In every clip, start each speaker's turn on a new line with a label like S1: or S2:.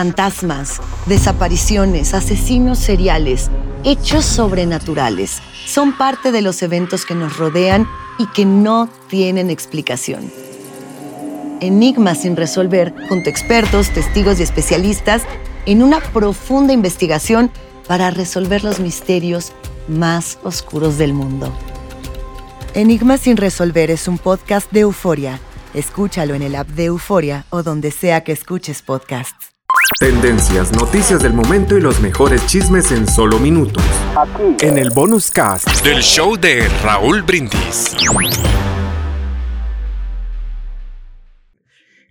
S1: fantasmas, desapariciones, asesinos seriales, hechos sobrenaturales, son parte de los eventos que nos rodean y que no tienen explicación. Enigmas sin resolver, junto a expertos, testigos y especialistas, en una profunda investigación para resolver los misterios más oscuros del mundo. Enigmas sin resolver es un podcast de euforia. Escúchalo en el app de Euforia o donde sea que escuches podcasts.
S2: Tendencias, noticias del momento y los mejores chismes en solo minutos. Aquí. En el bonus cast del show de Raúl Brindis.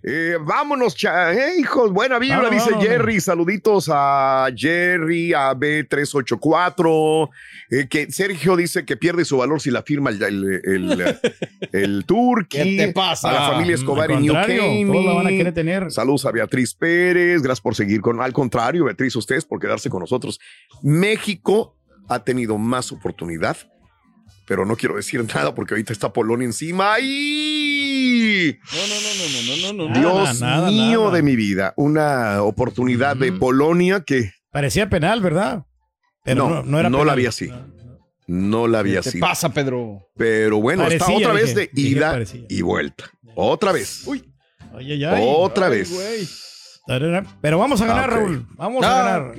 S3: Eh, vámonos, cha- eh, hijos. Buena vibra,
S4: Vámonos,
S3: dice
S4: vámonos.
S3: Jerry. Saluditos a Jerry, a B384. eh, que Sergio dice que pierde su valor si la firma el, el, el, el Turqui.
S5: ¿Qué te pasa?
S3: A la familia Escobar
S4: Mm, Al
S3: y New
S4: contrario, todos la van a
S3: Caney.
S4: querer tener.
S3: Saludos a Beatriz Pérez, gracias por seguir con, al contrario, Beatriz, ustedes por quedarse con nosotros. México ha tenido más oportunidad, pero no quiero decir nada porque ahorita está Polonia encima y
S5: No, no, no, no, no, no, no, no.
S4: Nada,
S3: Dios
S4: nada,
S3: mío
S4: nada.
S3: de mi vida, una oportunidad de
S4: Ujú.
S3: Polonia que
S4: Parecía penal, ¿verdad?
S3: No, no la
S4: penal.
S3: vi así.
S4: No, no.
S3: no la
S5: ¿Qué
S3: había
S5: Ah, te
S3: sido.
S5: pasa, Pedro?
S3: Pero bueno, está
S4: Parecía,
S3: otra vez
S4: dije,
S3: de
S4: dije
S3: ida
S4: parecía.
S3: y vuelta. Otra vez.
S4: Ay, ay, ay.
S3: otra
S5: ay,
S3: vez.
S5: güey.
S4: Tarara. Pero vamos a ganar,
S3: Ah, ok.
S4: Raúl. Vamos a
S5: Ah,
S4: ganar.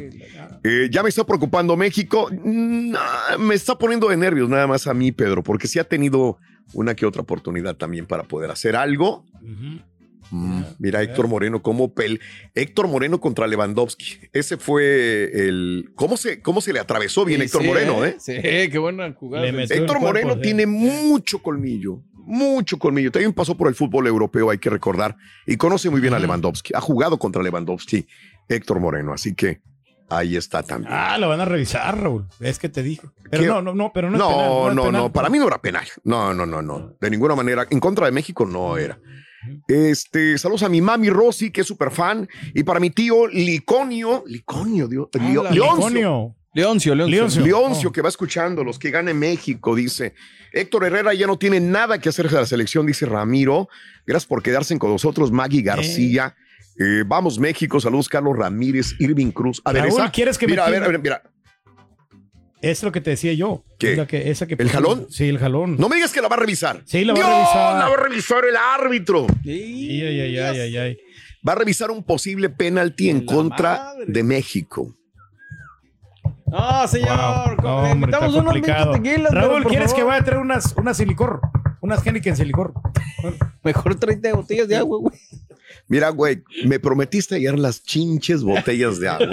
S3: Eh, ya me está preocupando México. Mm, ah, me está poniendo de nervios nada más a mí, Pedro, porque sí ha tenido una que otra oportunidad también para poder hacer algo.
S4: Ujú.
S3: Mm,
S4: Ya,
S3: mira,
S4: ya.
S3: Héctor Moreno, como pel. Héctor Moreno contra Lewandowski. Ese fue el. ¿Cómo se, cómo se le atravesó bien
S5: Sí,
S3: Héctor
S5: sí,
S3: Moreno, eh?
S5: Sí, qué buena jugada.
S4: Le metió-
S3: Héctor
S4: el cuerpo,
S3: Moreno
S4: sí.
S3: tiene mucho colmillo, mucho colmillo. También pasó por el fútbol europeo, hay que recordar, y conoce muy bien a
S4: Ujú.
S3: Lewandowski. Ha jugado contra Lewandowski, Héctor Moreno, así que ahí está también.
S4: Ah, lo van a revisar, Raúl. Es que te dijo. Pero
S3: ¿Qué?
S4: no, no, no, pero no es penal,
S3: No,
S4: es
S3: no,
S4: penal.
S3: no, para mí no era penal. No, no, no, no. De ninguna manera. En contra de México no era. Este, saludos a mi mami Rosy, que es súper fan, y para mi tío Liconio, Liconio, Dios, Lio-
S5: Hola,
S3: Leoncio,
S4: Antonio.
S5: Leoncio, Leoncio.
S4: Leoncio.
S3: Leoncio,
S4: Oh.
S3: que va escuchando, los que gane México, dice. Héctor Herrera ya no tiene nada que hacer de la selección, dice Ramiro. Gracias por quedarse con nosotros, Maggie García. Eh, vamos, México, saludos, Carlos Ramírez, Irving Cruz. A ver,
S4: Raúl,
S3: esa-
S4: ¿quieres que me
S3: mira, a ver,
S4: quite?
S3: a ver, mira.
S4: Es lo que te decía yo.
S3: ¿Qué?
S4: Es la que- esa que
S3: ¿El jalón?
S4: Sí, el jalón.
S3: No me digas que la va a revisar.
S4: Sí, la va a
S3: ¡Dios!
S4: revisar.
S3: La va a revisar el árbitro.
S4: Ay, ay, ay, ay, ay, ay.
S3: va a revisar un posible penalti en
S5: La
S3: contra
S5: madre.
S3: de México.
S5: No, señor.
S4: Wow. No, hombre, está
S5: necesitamos unos 20
S4: complicado.
S5: tequilas,
S4: Raúl,
S5: pero, por
S4: ¿quieres que
S5: favor.
S4: vaya a traer unas, unas sin licor? Unas Heineken sin licor.
S5: Mejor 30 botellas de agua, güey.
S3: Mira, güey, me prometiste ayer las chinches botellas de agua.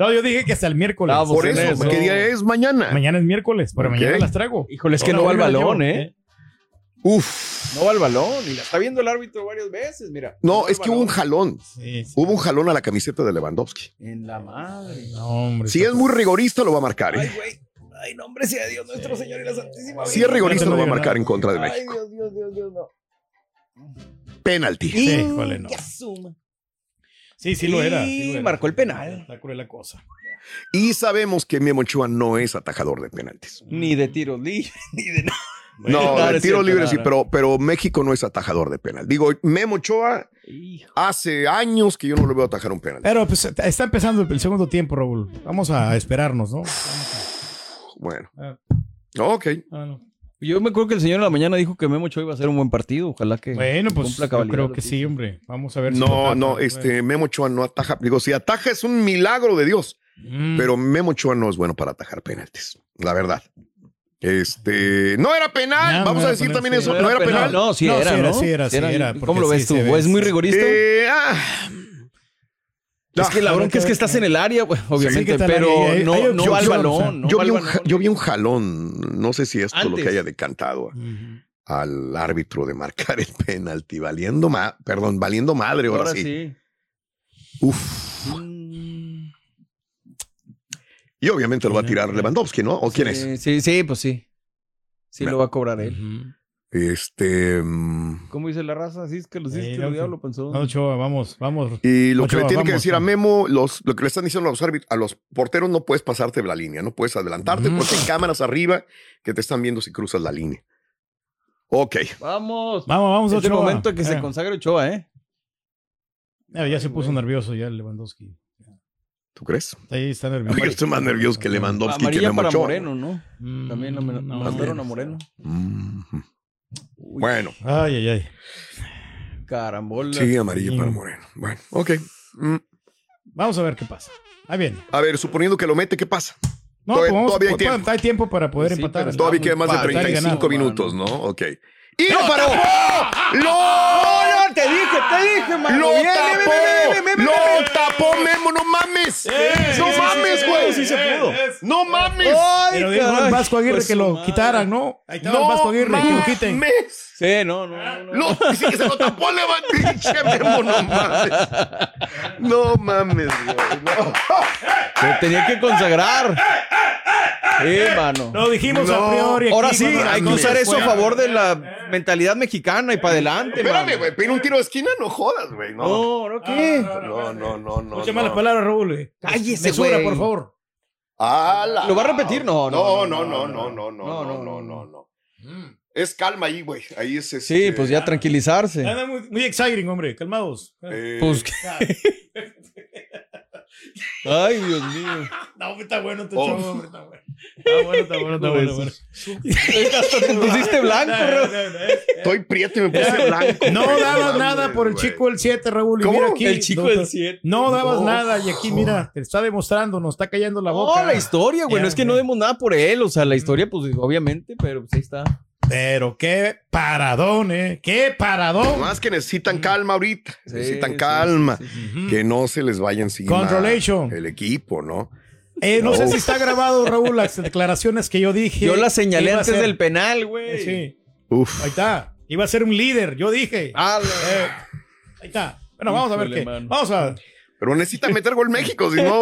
S4: No, yo dije que hasta el miércoles.
S5: Vamos,
S3: Por
S5: Pues en
S3: eso,
S5: eso.
S3: ¿qué día es mañana?
S4: Mañana es miércoles, pero
S3: Ok.
S4: mañana las traigo.
S5: Híjole, es que
S4: Ahora
S5: no va al
S4: voy a llevar
S5: balón,
S4: yo,
S5: ¿eh?
S3: Uf.
S5: No va al balón. Y la está viendo el árbitro varias veces, mira.
S3: No,
S5: va
S3: es
S5: al
S3: que hubo un
S5: balón.
S3: jalón.
S4: Sí, sí.
S3: Hubo un jalón a la camiseta de Lewandowski.
S5: En la madre.
S4: No, hombre.
S3: Si es muy rigorista, lo va a marcar.
S5: Ay,
S3: ¿eh?
S5: güey. Ay, nombre sea Dios, nuestro Señor y la Santísima
S3: Si es
S5: Virgen.
S3: rigorista,
S4: No
S3: lo va a
S4: digo
S3: marcar
S4: nada.
S3: en contra de
S5: Ay,
S3: México.
S5: Dios, Dios, Dios, Dios, no.
S3: Penalti.
S4: Híjole, no.
S5: Ya suma.
S4: Sí, sí lo era. sí lo
S5: Y
S4: era.
S5: marcó el penal.
S4: Está cruel la cosa.
S3: Y sabemos que Memo Ochoa no es atajador de penaltis.
S5: Ni de tiros libres, ni de nada.
S3: No,
S5: no,
S3: de
S5: es
S3: tiro
S5: cierto,
S3: libre
S5: no,
S3: sí,
S5: no.
S3: pero, pero México no es atajador de penal. Digo, Memo Ochoa
S5: Hijo.
S3: hace años que yo no lo veo atajar un penalti.
S5: Eh.
S4: Pero pues está empezando el segundo tiempo, Raúl. Vamos a esperarnos, ¿no?
S3: Bueno.
S4: Ah.
S3: Ok.
S4: Ah, no.
S5: Yo me acuerdo que el señor en la mañana dijo que Memo Ochoa iba a ser un buen partido. Ojalá que.
S4: Bueno, pues
S5: cumpla
S4: yo
S5: cabalidad
S4: creo
S5: lo
S4: que
S5: que
S4: sí, hombre. Vamos a ver lo
S3: No,
S4: tapa.
S3: no, este Memo Ochoa no ataja. Digo, si ataja es un milagro de Dios,
S4: Mm.
S3: pero Memo Ochoa no es bueno para atajar penaltis, la verdad. Este, no era penal,
S4: No,
S3: vamos
S4: no
S3: a
S4: era
S3: decir
S4: penal,
S3: también
S4: sí.
S3: eso, no era penal.
S5: No, sí
S4: No,
S5: era,
S4: sí era,
S5: ¿no?
S4: sí era, sí era,
S5: ¿Cómo
S4: porque
S5: lo ves
S4: sí
S5: tú?
S4: se ve,
S5: ¿Es muy
S4: sí.
S5: rigorista?
S3: Eh, ah.
S5: es que la
S4: habrá
S5: bronca
S4: que
S5: es que
S4: ver.
S5: estás en el área, güey, obviamente,
S4: tal
S5: pero
S4: área? eh, Hay-
S5: no,
S4: hay
S5: no
S4: opción,
S5: va al
S4: o sea,
S5: balón. no
S3: yo,
S5: va
S3: vi
S5: al
S3: un,
S5: balón.
S3: ja- yo vi un jalón, no sé si esto lo que
S5: Antes.
S3: haya decantado a-
S4: Ujú.
S3: al árbitro de marcar el penalti, valiendo ma perdón, valiendo madre ahora, sí. Uf.
S5: Mm,
S3: Y obviamente lo va a tirar
S4: Sí.
S3: Lewandowski, ¿no? ¿O quién es?
S5: sí, Sí, sí, pues sí. Sí
S3: Bueno.
S5: lo va a cobrar él.
S4: Ujú.
S3: Este. mm,
S5: ¿Cómo dice la raza? Así es que los
S4: Sí,
S5: dice que
S4: Eh, no,
S5: el
S4: sí.
S5: diablo pensó.
S4: No, Ochoa, vamos, vamos.
S3: Y lo que
S4: Ochoa,
S3: le tienen que
S4: vamos,
S5: eh.
S3: decir a
S4: ¿no?
S3: Memo, los, lo que le están diciendo a los árbitros, a los porteros, no puedes pasarte de la línea, no puedes adelantarte
S4: Mm.
S3: porque hay cámaras arriba que te están viendo si cruzas la línea. Ok.
S4: Vamos,
S5: Vamos.
S4: vamos,
S5: Es el
S4: Ochoa.
S5: momento que se
S4: Eh,
S5: consagre Ochoa, ¿eh?
S4: No, Ah, ya se puso nervioso ya Lewandowski.
S3: ¿Tú crees?
S4: Ahí está nervioso.
S3: Yo estoy más nervioso que Lewandowski que
S5: Amarilla para
S3: Memo Ochoa.
S5: Moreno, ¿no?
S4: Mm,
S5: También la
S4: no.
S5: mandaron a Moreno.
S3: Mm. Bueno,
S4: Ay, ay, ay.
S5: Carambola.
S3: sí, amarillo
S4: Sí.
S3: para Moreno. Bueno, ok. Mm.
S4: Vamos a ver qué pasa. Ahí viene.
S3: A ver, suponiendo que lo mete, ¿qué pasa?
S4: No,
S3: Todavía-
S4: pues vamos-
S3: todavía hay
S4: pues,
S3: tiempo.
S4: hay tiempo para poder
S5: Sí,
S4: empatar.
S5: pero
S3: Todavía
S5: Está
S3: queda
S5: muy
S3: más de
S5: padre,
S3: 35
S5: ganado,
S3: minutos, ¿no?
S5: mano.
S3: Ok. ¡Y lo paró! ¡Lo,
S5: ¡No, te dije, te dije, mano!
S3: lo
S5: Bien, bien,
S3: tapó!
S5: bien, bien, bien, bien, bien.
S3: ¡Lo tapó, Memo! ¡No mames! ¡No
S5: sí,
S3: mames,
S5: sí,
S3: güey!
S5: sí se pudo.
S3: ¡No mames!
S5: Ay,
S4: Pero dijo el
S5: caray,
S4: Vasco Aguirre
S5: pues
S4: que
S5: su
S4: lo
S5: madre.
S4: quitaran, ¿no? Ahí estaba
S3: ¡No
S4: el Vasco Aguirre, que lo quiten.
S3: mames!
S5: Sí, no, no, no, no.
S3: ¡Lo, sí, se lo tapó a Lewandowski! ¡Che, Memo, no mames! ¡No mames, güey! no.
S5: Se tenía que consagrar. Sí, mano.
S4: Lo dijimos
S3: No.
S4: a priori. aquí
S5: Ahora sí,
S4: cuando
S5: hay que
S4: nos
S5: usar eso a
S4: fuera.
S5: favor de la mentalidad mexicana y para adelante,
S3: Espérame,
S5: mano.
S3: güey. Pide un tiro de esquina, no jodas, güey. No,
S5: No, no, ¿qué?
S3: no, no, no. no,
S4: Escucha malas
S3: no.
S4: palabras, Raúl. eh.
S5: Cállese,
S4: Mesura,
S5: güey.
S4: por favor.
S3: ¡Ala!
S5: ¿Lo va a repetir? No,
S3: No,
S5: no,
S3: no,
S5: no,
S3: no, no, no, no,
S5: no, no,
S3: no, no,
S5: no.
S3: no. Es calma ahí, güey. Ahí es este,
S5: Sí, pues ya tranquilizarse.
S4: Anda muy, muy exciting, hombre. Calmados.
S3: eh,
S5: Pues, ¿qué? Ay, Dios mío.
S4: No, hombre, está bueno este
S3: Oh.
S4: chavo, hombre, está bueno. Está bueno, está bueno, está bueno. está bueno.
S5: Hasta te pusiste blanco,
S4: No,
S5: Raúl.
S4: no, no, es-
S3: estoy prieto y me puse blanco.
S4: No
S3: güey,
S4: dabas
S3: mames,
S4: nada por el
S3: güey.
S4: chico del 7, Raúl. y
S3: ¿Cómo?
S4: mira aquí,
S5: El chico
S4: doctor,
S5: del 7.
S4: No dabas
S3: No,
S4: nada y aquí, mira, te está demostrando, nos está cayendo la boca.
S5: No, Oh, la historia, güey.
S4: Ya,
S5: no es que no
S4: ya.
S5: demos nada por él. O sea, la historia, pues obviamente, pero pues ahí está.
S4: Pero qué paradón, ¿eh? Qué paradón.
S3: Más que
S4: Mm.
S3: necesitan calma ahorita.
S5: Sí,
S3: necesitan
S5: sí,
S3: calma.
S5: sí,
S4: Ujú.
S3: Que no se les vaya encima
S4: Controlation.
S3: el equipo, ¿no?
S4: Eh, no, sé
S3: No.
S4: si está grabado, Raúl, las declaraciones que yo dije.
S5: Yo la
S4: que
S5: señalé
S4: iba a
S5: antes
S4: ser-
S5: del penal, güey.
S4: Sí,
S3: Uf.
S4: ahí está. Iba a ser un líder, yo dije.
S5: Ah,
S4: Eh, ahí está. Bueno, vamos a ver
S5: Híjole,
S4: qué.
S5: mano.
S4: Vamos a.
S3: Pero necesitan meter gol México, si no.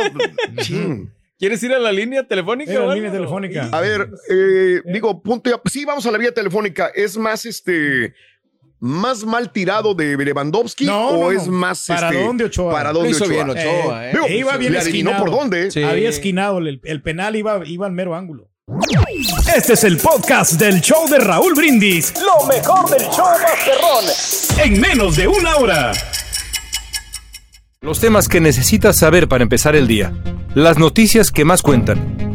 S3: chin.
S5: ¿Quieres ir a la línea telefónica?
S4: Era la
S5: o
S4: línea
S5: algo?
S4: telefónica.
S3: A ver, eh, digo, punto. ya- Sí, vamos a la vía telefónica. ¿Es más este. Más mal tirado de Lewandowski
S4: No,
S3: o
S4: no, no.
S3: es más
S4: ¿Para
S3: este,
S4: dónde, Ochoa?
S3: ¿Para
S5: Lo
S3: dónde
S5: hizo bien
S3: Ochoa?
S5: Ochoa,
S4: Eh,
S5: eh.
S3: Digo,
S4: e iba bien
S3: le adivinó
S4: esquinado.
S3: por dónde.
S5: Sí.
S4: Había esquinado el, el penal, iba, iba al mero ángulo.
S6: Este es el podcast del show de Raúl Brindis. Lo mejor del show Masterrón. En menos de una hora.
S7: Los temas que necesitas saber para empezar el día. Las noticias que más cuentan.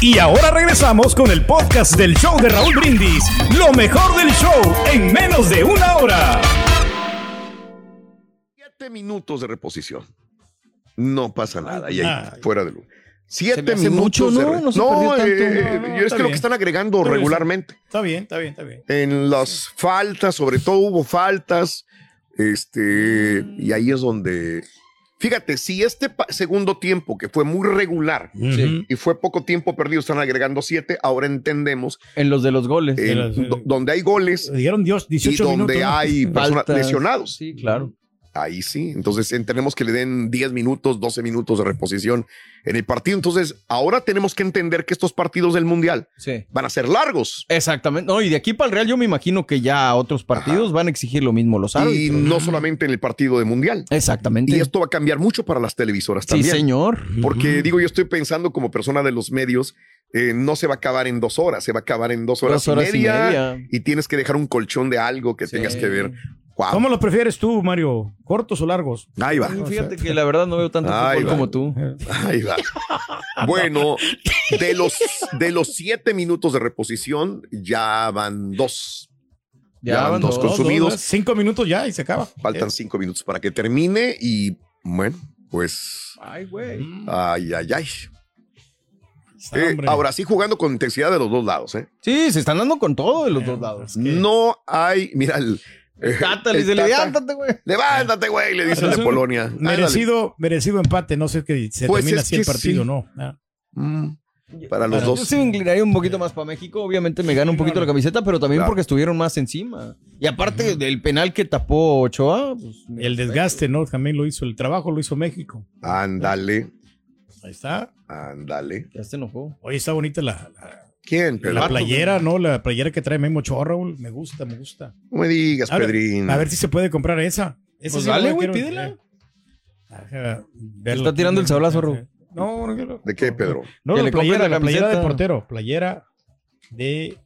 S6: Y ahora regresamos con el podcast del show de Raúl Brindis. Lo mejor del show en menos de una hora.
S3: Siete minutos de reposición. No pasa nada. Y ahí,
S4: Ay.
S3: fuera de lugar. Siete
S5: Se me hace
S3: minutos.
S5: mucho,
S3: de
S5: ¿no?
S3: re-
S5: No se perdió
S3: eh,
S5: tanto.
S4: No, no,
S3: eh,
S4: no,
S3: es que
S4: está
S3: lo
S4: bien.
S3: que están agregando
S4: Está bien,
S3: regularmente.
S4: Está bien, está bien, está bien.
S3: En las faltas, sobre todo hubo faltas. Este, y ahí es donde. Fíjate, si este pa- segundo tiempo, que fue muy regular
S4: Ujú.
S3: y fue poco tiempo perdido, están agregando siete, ahora entendemos
S5: En los de los goles.
S3: eh,
S4: las-
S3: do- donde hay goles
S4: Dijeron Dios,
S3: y
S4: 18
S3: donde
S4: minutos. ¿no?
S3: hay personas
S5: Faltas.
S3: lesionados.
S5: Sí, claro.
S3: Ahí sí. Entonces entendemos que le den 10 minutos, 12 minutos de reposición en el partido. Entonces ahora tenemos que entender que estos partidos del Mundial
S5: Sí.
S3: van a ser largos.
S5: Exactamente. No, y de aquí para el Real, yo me imagino que ya otros partidos van a exigir lo mismo, los
S3: y
S5: árbitros.
S3: no solamente en el partido de Mundial.
S5: Exactamente.
S3: Y esto va a cambiar mucho para las televisoras
S5: sí,
S3: también.
S5: señor.
S3: Porque digo, yo estoy pensando como persona de los medios, eh, no se va a acabar en dos horas, se va a acabar en dos horas,
S5: Dos
S3: y,
S5: horas y
S3: media, y
S5: media.
S3: tienes que dejar un colchón de algo que
S5: Sí.
S3: tengas que ver. Guau.
S4: ¿Cómo lo prefieres tú, Mario? ¿Cortos o largos?
S3: Ahí va.
S5: Y Fíjate que la verdad no veo tanto
S3: Ay,
S5: fútbol como
S3: vale.
S5: tú.
S3: Ahí va. Bueno, de los, de los siete minutos de reposición, ya van dos. Ya van dos consumidos.
S4: Cinco minutos ya y se acaba.
S3: Faltan cinco minutos para que termine y bueno, pues.
S5: Ay, güey.
S3: Ay, ay, ay.
S4: Está,
S3: Eh,
S4: hombre.
S3: ahora sí, jugando con intensidad de los dos lados. ¿eh?
S5: Sí, se están dando con todo de los dos lados.
S3: No hay. Mira, el. eh,
S5: Tata,
S3: el
S5: le dice,
S3: Tata,
S5: levántate, güey.
S3: Levántate, güey, le dicen de
S4: Es un
S3: Polonia. Ándale.
S4: Merecido, merecido empate. No sé que se
S3: Pues
S4: termina
S3: es
S4: así el
S3: que
S4: partido,
S3: sí.
S4: ¿no? Ah.
S3: Mm, para los
S4: Para-
S5: Yo
S3: dos.
S5: sí me inclinaría un poquito más para México. Obviamente me gana un poquito la camiseta, pero también
S3: Claro.
S5: porque estuvieron más encima. Y aparte del penal que tapó Ochoa, pues,
S4: El desgaste, ¿no? También lo hizo, el trabajo lo hizo México.
S3: Ándale.
S4: Ahí está.
S3: Ándale.
S5: Ya se enojó.
S4: Oye, está bonita la, la,
S3: ¿Quién, Pedro?
S4: la playera, ¿no? La playera que trae Memo Ochoa, Raúl. Me gusta, me gusta.
S3: No me digas,
S4: A ver,
S3: Pedrín.
S4: A ver si se puede comprar esa. Esa
S5: Pues
S4: sí la
S5: dale,
S4: quiero.
S5: güey, pídela.
S4: Eh, ajá, verla.
S5: Está tirando el sablazo, Raúl.
S4: No, no quiero.
S3: ¿De qué, Pedro?
S4: No,
S5: Que
S4: la
S5: le compre
S4: playera,
S5: la
S4: la playera de
S5: camiseta.
S4: portero. Playera de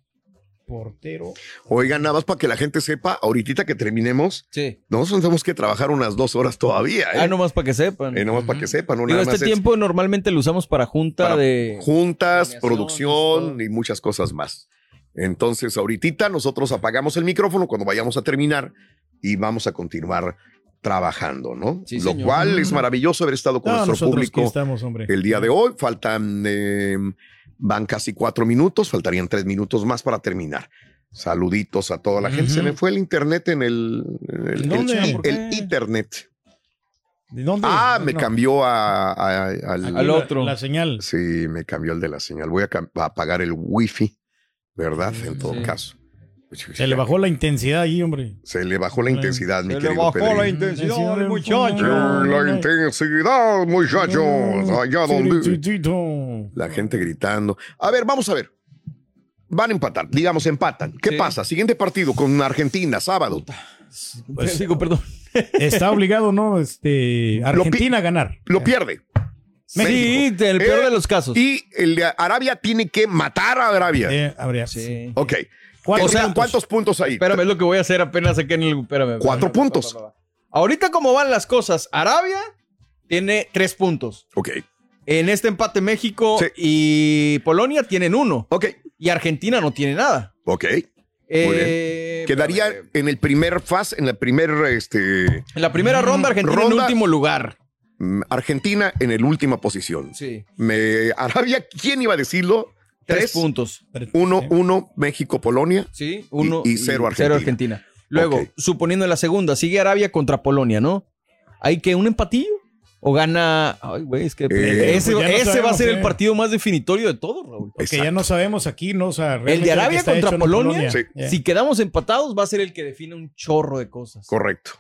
S4: portero.
S3: Oigan, nada más para que la gente sepa, ahorita que terminemos,
S5: Sí.
S3: nosotros tenemos que trabajar unas dos horas todavía. ¿eh?
S5: Ah, nomás para que sepan.
S3: Eh, nomás para que sepan, no
S5: Digo,
S3: nada
S5: este
S3: más es
S5: tiempo normalmente lo usamos para junta
S3: Para
S5: de.
S3: juntas,
S5: Planeación,
S3: producción
S5: todo.
S3: y muchas cosas más. Entonces, ahorita nosotros apagamos el micrófono cuando vayamos a terminar y vamos a continuar trabajando, ¿no?
S5: Sí,
S3: Lo
S5: señor. Mm.
S3: cual es maravilloso haber estado con
S4: No,
S3: nuestro
S4: nosotros aquí
S3: público
S4: estamos, hombre.
S3: el día de hoy. Faltan, eh, van casi cuatro minutos, faltarían tres minutos más para terminar. Saluditos a toda la gente. Se me fue el internet en el, el,
S4: ¿Dónde?
S3: el-
S4: ¿Por qué?
S3: el internet.
S4: ¿De dónde?
S3: Ah, me
S4: No.
S3: cambió a- a- al,
S4: Aquí
S5: Al
S4: la-
S5: otro.
S4: La señal.
S3: Sí, me cambió el de la señal. Voy a, cam- a apagar el wifi, ¿verdad? En todo
S5: Sí.
S3: caso.
S4: Se le bajó la intensidad ahí, hombre.
S3: Se le bajó la
S4: Se
S3: intensidad, mi
S5: le
S3: querido
S5: bajó
S3: Pedro.
S5: la in- intensidad del muchacho.
S3: la intensidad, muchachos. Allá donde.
S4: Chirititito.
S3: La gente gritando. A ver, vamos a ver. Van a empatar, digamos, empatan. ¿Qué
S5: Sí.
S3: pasa? Siguiente partido con Argentina, sábado.
S5: Pues, digo, perdón.
S4: Está obligado, ¿no? Este, Argentina a ganar.
S3: Lo pierde.
S5: Sí,
S3: México.
S5: en el peor
S3: Eh,
S5: de los casos.
S3: Y el de Arabia tiene que matar a Arabia.
S4: Eh, habría.
S5: Sí.
S3: Ok.
S4: ¿Cuántos
S3: O sea,
S4: puntos?
S3: ¿Cuántos puntos ahí?
S5: Espérame, es lo que voy a hacer apenas aquí en el. Espérame.
S3: Cuatro
S5: espérame,
S3: puntos.
S5: espérame, espérame. Ahorita, como van las cosas, Arabia tiene tres puntos.
S3: Ok.
S5: En este empate, México
S3: Sí.
S5: y Polonia tienen uno.
S3: Ok.
S5: Y Argentina no tiene nada.
S3: Ok. bien.
S5: Eh,
S3: Quedaría
S5: espérame.
S3: en el primer fase, en la primer este,
S5: En la primera ronda, Argentina en
S3: Ronda.
S5: último lugar.
S3: mm, Argentina en el última posición.
S5: Sí.
S3: Me, Arabia, ¿quién iba a decirlo?
S5: Tres
S3: Tres,
S5: puntos.
S3: uno,
S4: Sí.
S3: uno, México, Polonia.
S5: Sí, uno
S3: Y- y cero Argentina.
S5: Argentina. Luego,
S3: Ok.
S5: suponiendo en la segunda, sigue Arabia contra Polonia, ¿no? ¿Hay que un empatillo? ¿O gana. Ay, güey, es que.
S3: Eh,
S5: ese
S4: pues ya no
S5: ese va a
S4: sabemos,
S5: ser el
S4: eh.
S5: partido más definitorio de todos, Raúl.
S4: Porque ya no sabemos aquí, ¿no? O sea, realmente
S5: El de
S4: lo que
S5: Arabia
S4: está
S5: contra
S4: hecho en
S5: Polonia.
S3: Sí.
S4: Eh.
S5: Si quedamos empatados, va a ser el que define un chorro de cosas.
S3: Correcto.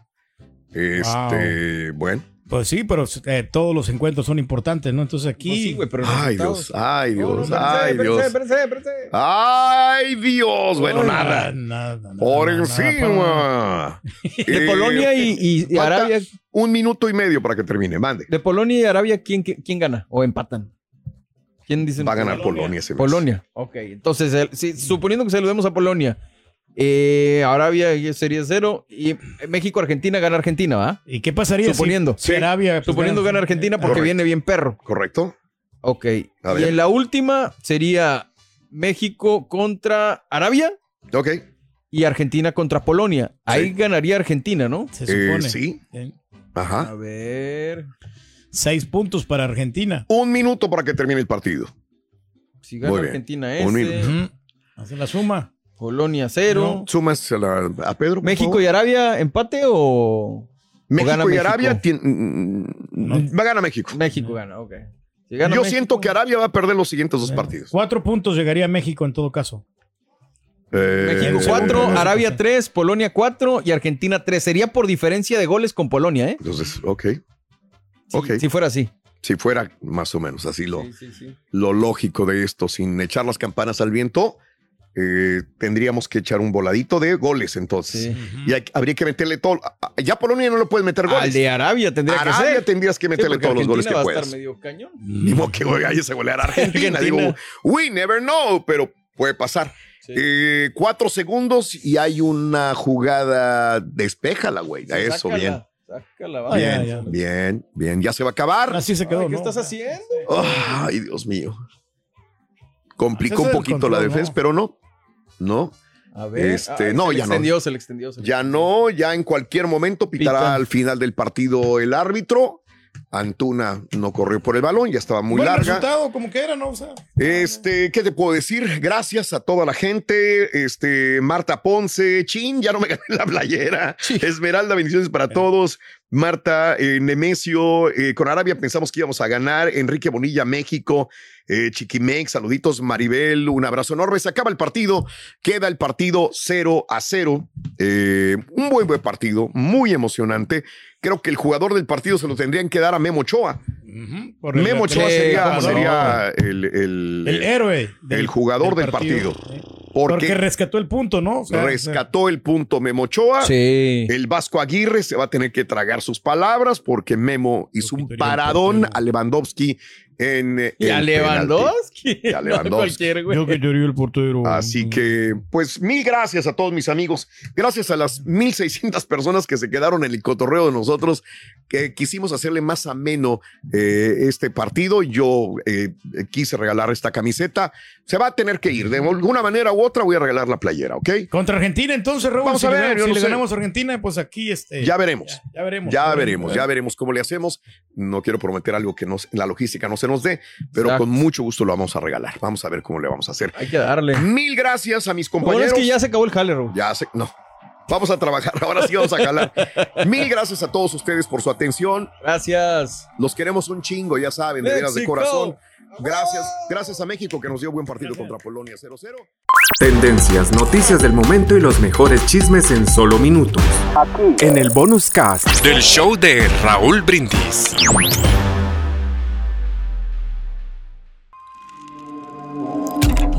S3: Este, bueno.
S4: Pues sí, pero eh, todos los encuentros son importantes, ¿no? Entonces aquí.
S5: Pues sí, güey, pero
S3: Ay,
S5: resultados-
S3: Dios, ay,
S5: No, no,
S3: Dios,
S5: espérense,
S3: ay,
S5: espérense,
S3: Dios.
S5: espérense, espérense.
S3: Ay, Dios. Bueno, nada.
S4: Nada, nada,
S3: Por
S4: nada, nada.
S3: encima.
S5: De
S3: Eh,
S5: Polonia y, y- y
S3: falta-
S5: Arabia.
S3: Un minuto y medio para que termine. Mande.
S5: De Polonia y Arabia, ¿quién, quién, quién gana? ¿O empatan? ¿Quién dice?
S3: Va a ganar Polonia. se me hace.
S5: Polonia. Ok, entonces, el- si- suponiendo que saludemos a Polonia, eh, Arabia sería cero y México-Argentina gana Argentina, ¿va?
S4: ¿Y qué pasaría si-
S5: Suponiendo.
S4: si, Arabia. pues,
S5: Suponiendo gana Argentina porque
S3: Correcto.
S5: viene bien perro.
S3: Correcto.
S5: Ok.
S3: A
S5: Y
S3: ver.
S5: en la última sería México contra Arabia
S3: Ok.
S5: y Argentina contra Polonia. Ahí
S3: Sí.
S5: ganaría Argentina, ¿no?
S4: Se
S3: Eh,
S4: supone.
S3: sí.
S4: Eh,
S3: Ajá.
S5: A ver.
S4: Seis puntos para Argentina.
S3: Un minuto para que termine el partido.
S5: Si gana
S3: Muy bien.
S5: Argentina
S3: Un
S5: ese,
S4: Hace la suma.
S5: Polonia cero.
S4: No.
S3: Sumas a, la- a Pedro. por
S5: México
S3: favor.
S5: y Arabia, empate o o gana
S3: México y
S5: México.
S3: Arabia tien- mm,
S4: No.
S3: va a ganar México.
S5: México gana, ok. Si
S3: Yo
S5: gana México-
S3: siento que Arabia va a perder los siguientes dos
S4: Eh,
S3: partidos.
S4: Cuatro puntos llegaría a México en todo caso.
S3: Eh,
S5: México
S4: Eh,
S5: 4,
S4: eh,
S5: Arabia
S4: sí.
S5: 3, Polonia 4 y Argentina 3. Sería por diferencia de goles con Polonia, ¿eh?
S3: Entonces, ok.
S5: Si-
S3: Ok.
S5: Si fuera así.
S3: Si fuera más o menos así lo, lo lógico de esto, sin echar las campanas al viento, eh, tendríamos que echar un voladito de goles entonces.
S5: Sí.
S3: Y hay- habría que meterle todo. a- a- Ya Polonia no le puedes meter
S5: Al
S3: goles.
S5: de Arabia Ah, tendría
S3: Arabia
S5: que ser.
S3: tendrías que meterle
S5: Sí, porque
S3: todos los goles que
S5: Argentina va a
S3: puedas.
S5: estar medio cañón.
S3: Ni modo que güey, vaya a golear a Argentina. Digo,
S5: Argentina.
S3: we never know, pero puede pasar.
S5: Sí.
S3: Eh, cuatro segundos y hay una jugada. Despéjala, güey. A eso,
S5: Sácala,
S3: bien.
S5: Sácala,
S4: Ah,
S5: vaya.
S4: ya,
S3: Bien,
S4: ya.
S3: bien, bien. Ya se va a acabar.
S4: Así se quedó.
S5: Ay, ¿Qué
S4: ¿no?
S5: estás haciendo?
S3: Ay, Dios mío. Complicó
S4: Ese
S3: un
S4: es el
S3: poquito
S4: control,
S3: la defensa,
S4: ¿no?
S3: pero no. No,
S5: A ver.
S3: Este,
S5: ay,
S3: no,
S5: Ah, se le
S3: ya no.
S5: extendió, se le extendió, se le
S3: ya
S5: extendió.
S3: no, ya en cualquier momento pitará
S5: Pita.
S3: al final del partido el árbitro. Antuna no corrió por el balón, ya estaba muy
S4: Buen
S3: larga.
S4: resultado, como que era, ¿no? O sea,
S3: Este, ¿qué te puedo decir? Gracias a toda la gente. Este, Marta Ponce, Chin, ya no me gané la playera. Esmeralda, bendiciones para todos. Marta, eh, Nemesio, eh, con Arabia pensamos que íbamos a ganar. Enrique Bonilla, México. eh, Chiquimex, saluditos, Maribel, un abrazo enorme. Se acaba el partido, queda el partido 0 a 0. Eh, un buen, buen partido, muy emocionante. Creo que el jugador del partido se lo tendrían que dar a Memo Ochoa.
S4: Por el-
S3: Memo Ochoa
S4: por el
S3: sería,
S4: jugador.
S3: sería el, el-
S4: el héroe.
S3: el jugador del partido.
S4: ¿eh? Porque,
S3: Porque
S4: rescató el punto, ¿no? O sea,
S3: rescató el punto Memo Ochoa.
S5: Sí.
S3: El Vasco Aguirre se va a tener que tragar sus palabras porque Memo hizo un
S4: quitaría el
S3: paradón
S4: partido.
S3: a Lewandowski en. eh,
S5: Y
S3: el
S5: a
S3: penalti.
S5: Lewandowski.
S3: Y a Lewandowski.
S5: No cualquier, güey.
S4: Yo que lloré el portero.
S3: Así que, pues, mil gracias a todos mis amigos. Gracias a las 1600 personas que se quedaron en el cotorreo de nosotros, que quisimos hacerle más ameno eh, este partido. Yo eh, eh, quise regalar esta camiseta. Se va a tener que ir. De alguna manera u otra voy a regalar la playera, ¿ok?
S4: Contra Argentina, entonces, Raúl.
S3: Vamos
S4: si
S3: a
S4: le
S3: ver,
S4: ganamos-
S3: yo
S4: si
S3: no
S4: le
S3: sé.
S4: ganamos a Argentina, pues aquí este.
S3: Ya veremos.
S4: Ya, ya veremos.
S3: Ya veremos, ya veremos cómo le hacemos. No quiero prometer algo que nos, la logística no se nos dé, pero
S5: Exacto.
S3: con mucho gusto lo vamos a regalar. Vamos a ver cómo le vamos a hacer.
S5: Hay que darle.
S3: Mil gracias a mis
S5: Bueno,
S3: compañeros.
S5: es que ya se acabó el jale, Raúl.
S3: Ya sé, no. Vamos a trabajar, ahora sí vamos a jalar. Mil gracias a todos ustedes por su atención.
S5: Gracias.
S3: Los queremos un chingo, ya saben, de veras de
S5: México.
S3: corazón. Gracias, gracias a México que nos dio buen partido contra Polonia 0-0.
S2: Tendencias, noticias del momento y los mejores chismes en solo minutos. En el bonus cast del show de Raúl Brindis.